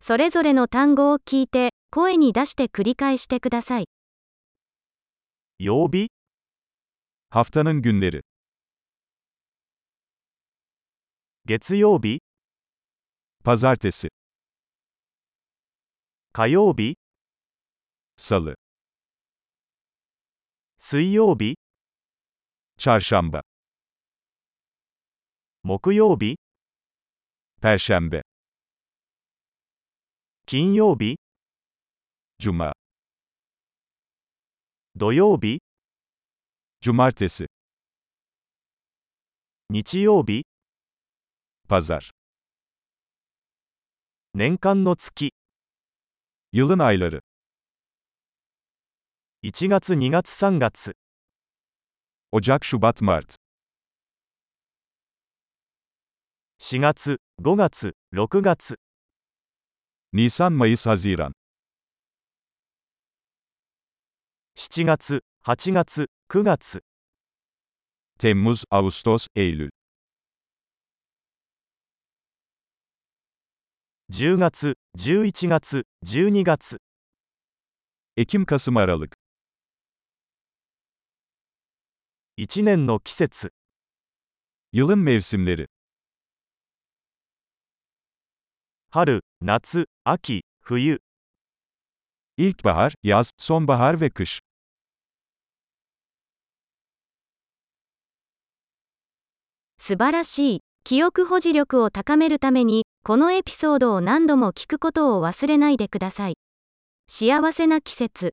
それぞれの単語を聞いて、声に出して繰り返してください。曜日 Haftanın günleri. 月曜日 Pazartesi, 火曜日 salı, 水曜日 çarşamba, 木曜日 perşembe, 金曜日 cuma, 土曜日 cumartesi, 日曜日 pazar, 年間の月 yılın ayları, 1月2月3月 Ocak, Şubat, Mart, 4月5月6月 Nisan, Mayıs, Haziran, 7月8月9月 Temmuz, Ağustos, Eylül, 10月11月12月 Ekim, Kasım, Aralık, 1年の季節 yılın mevsimleri, 春夏秋冬 ilkbahar, yaz, sonbahar ve kış, 素晴らしい。記憶保持力を高めるために、このエピソードを何度も聞くことを忘れないでください。幸せな季節。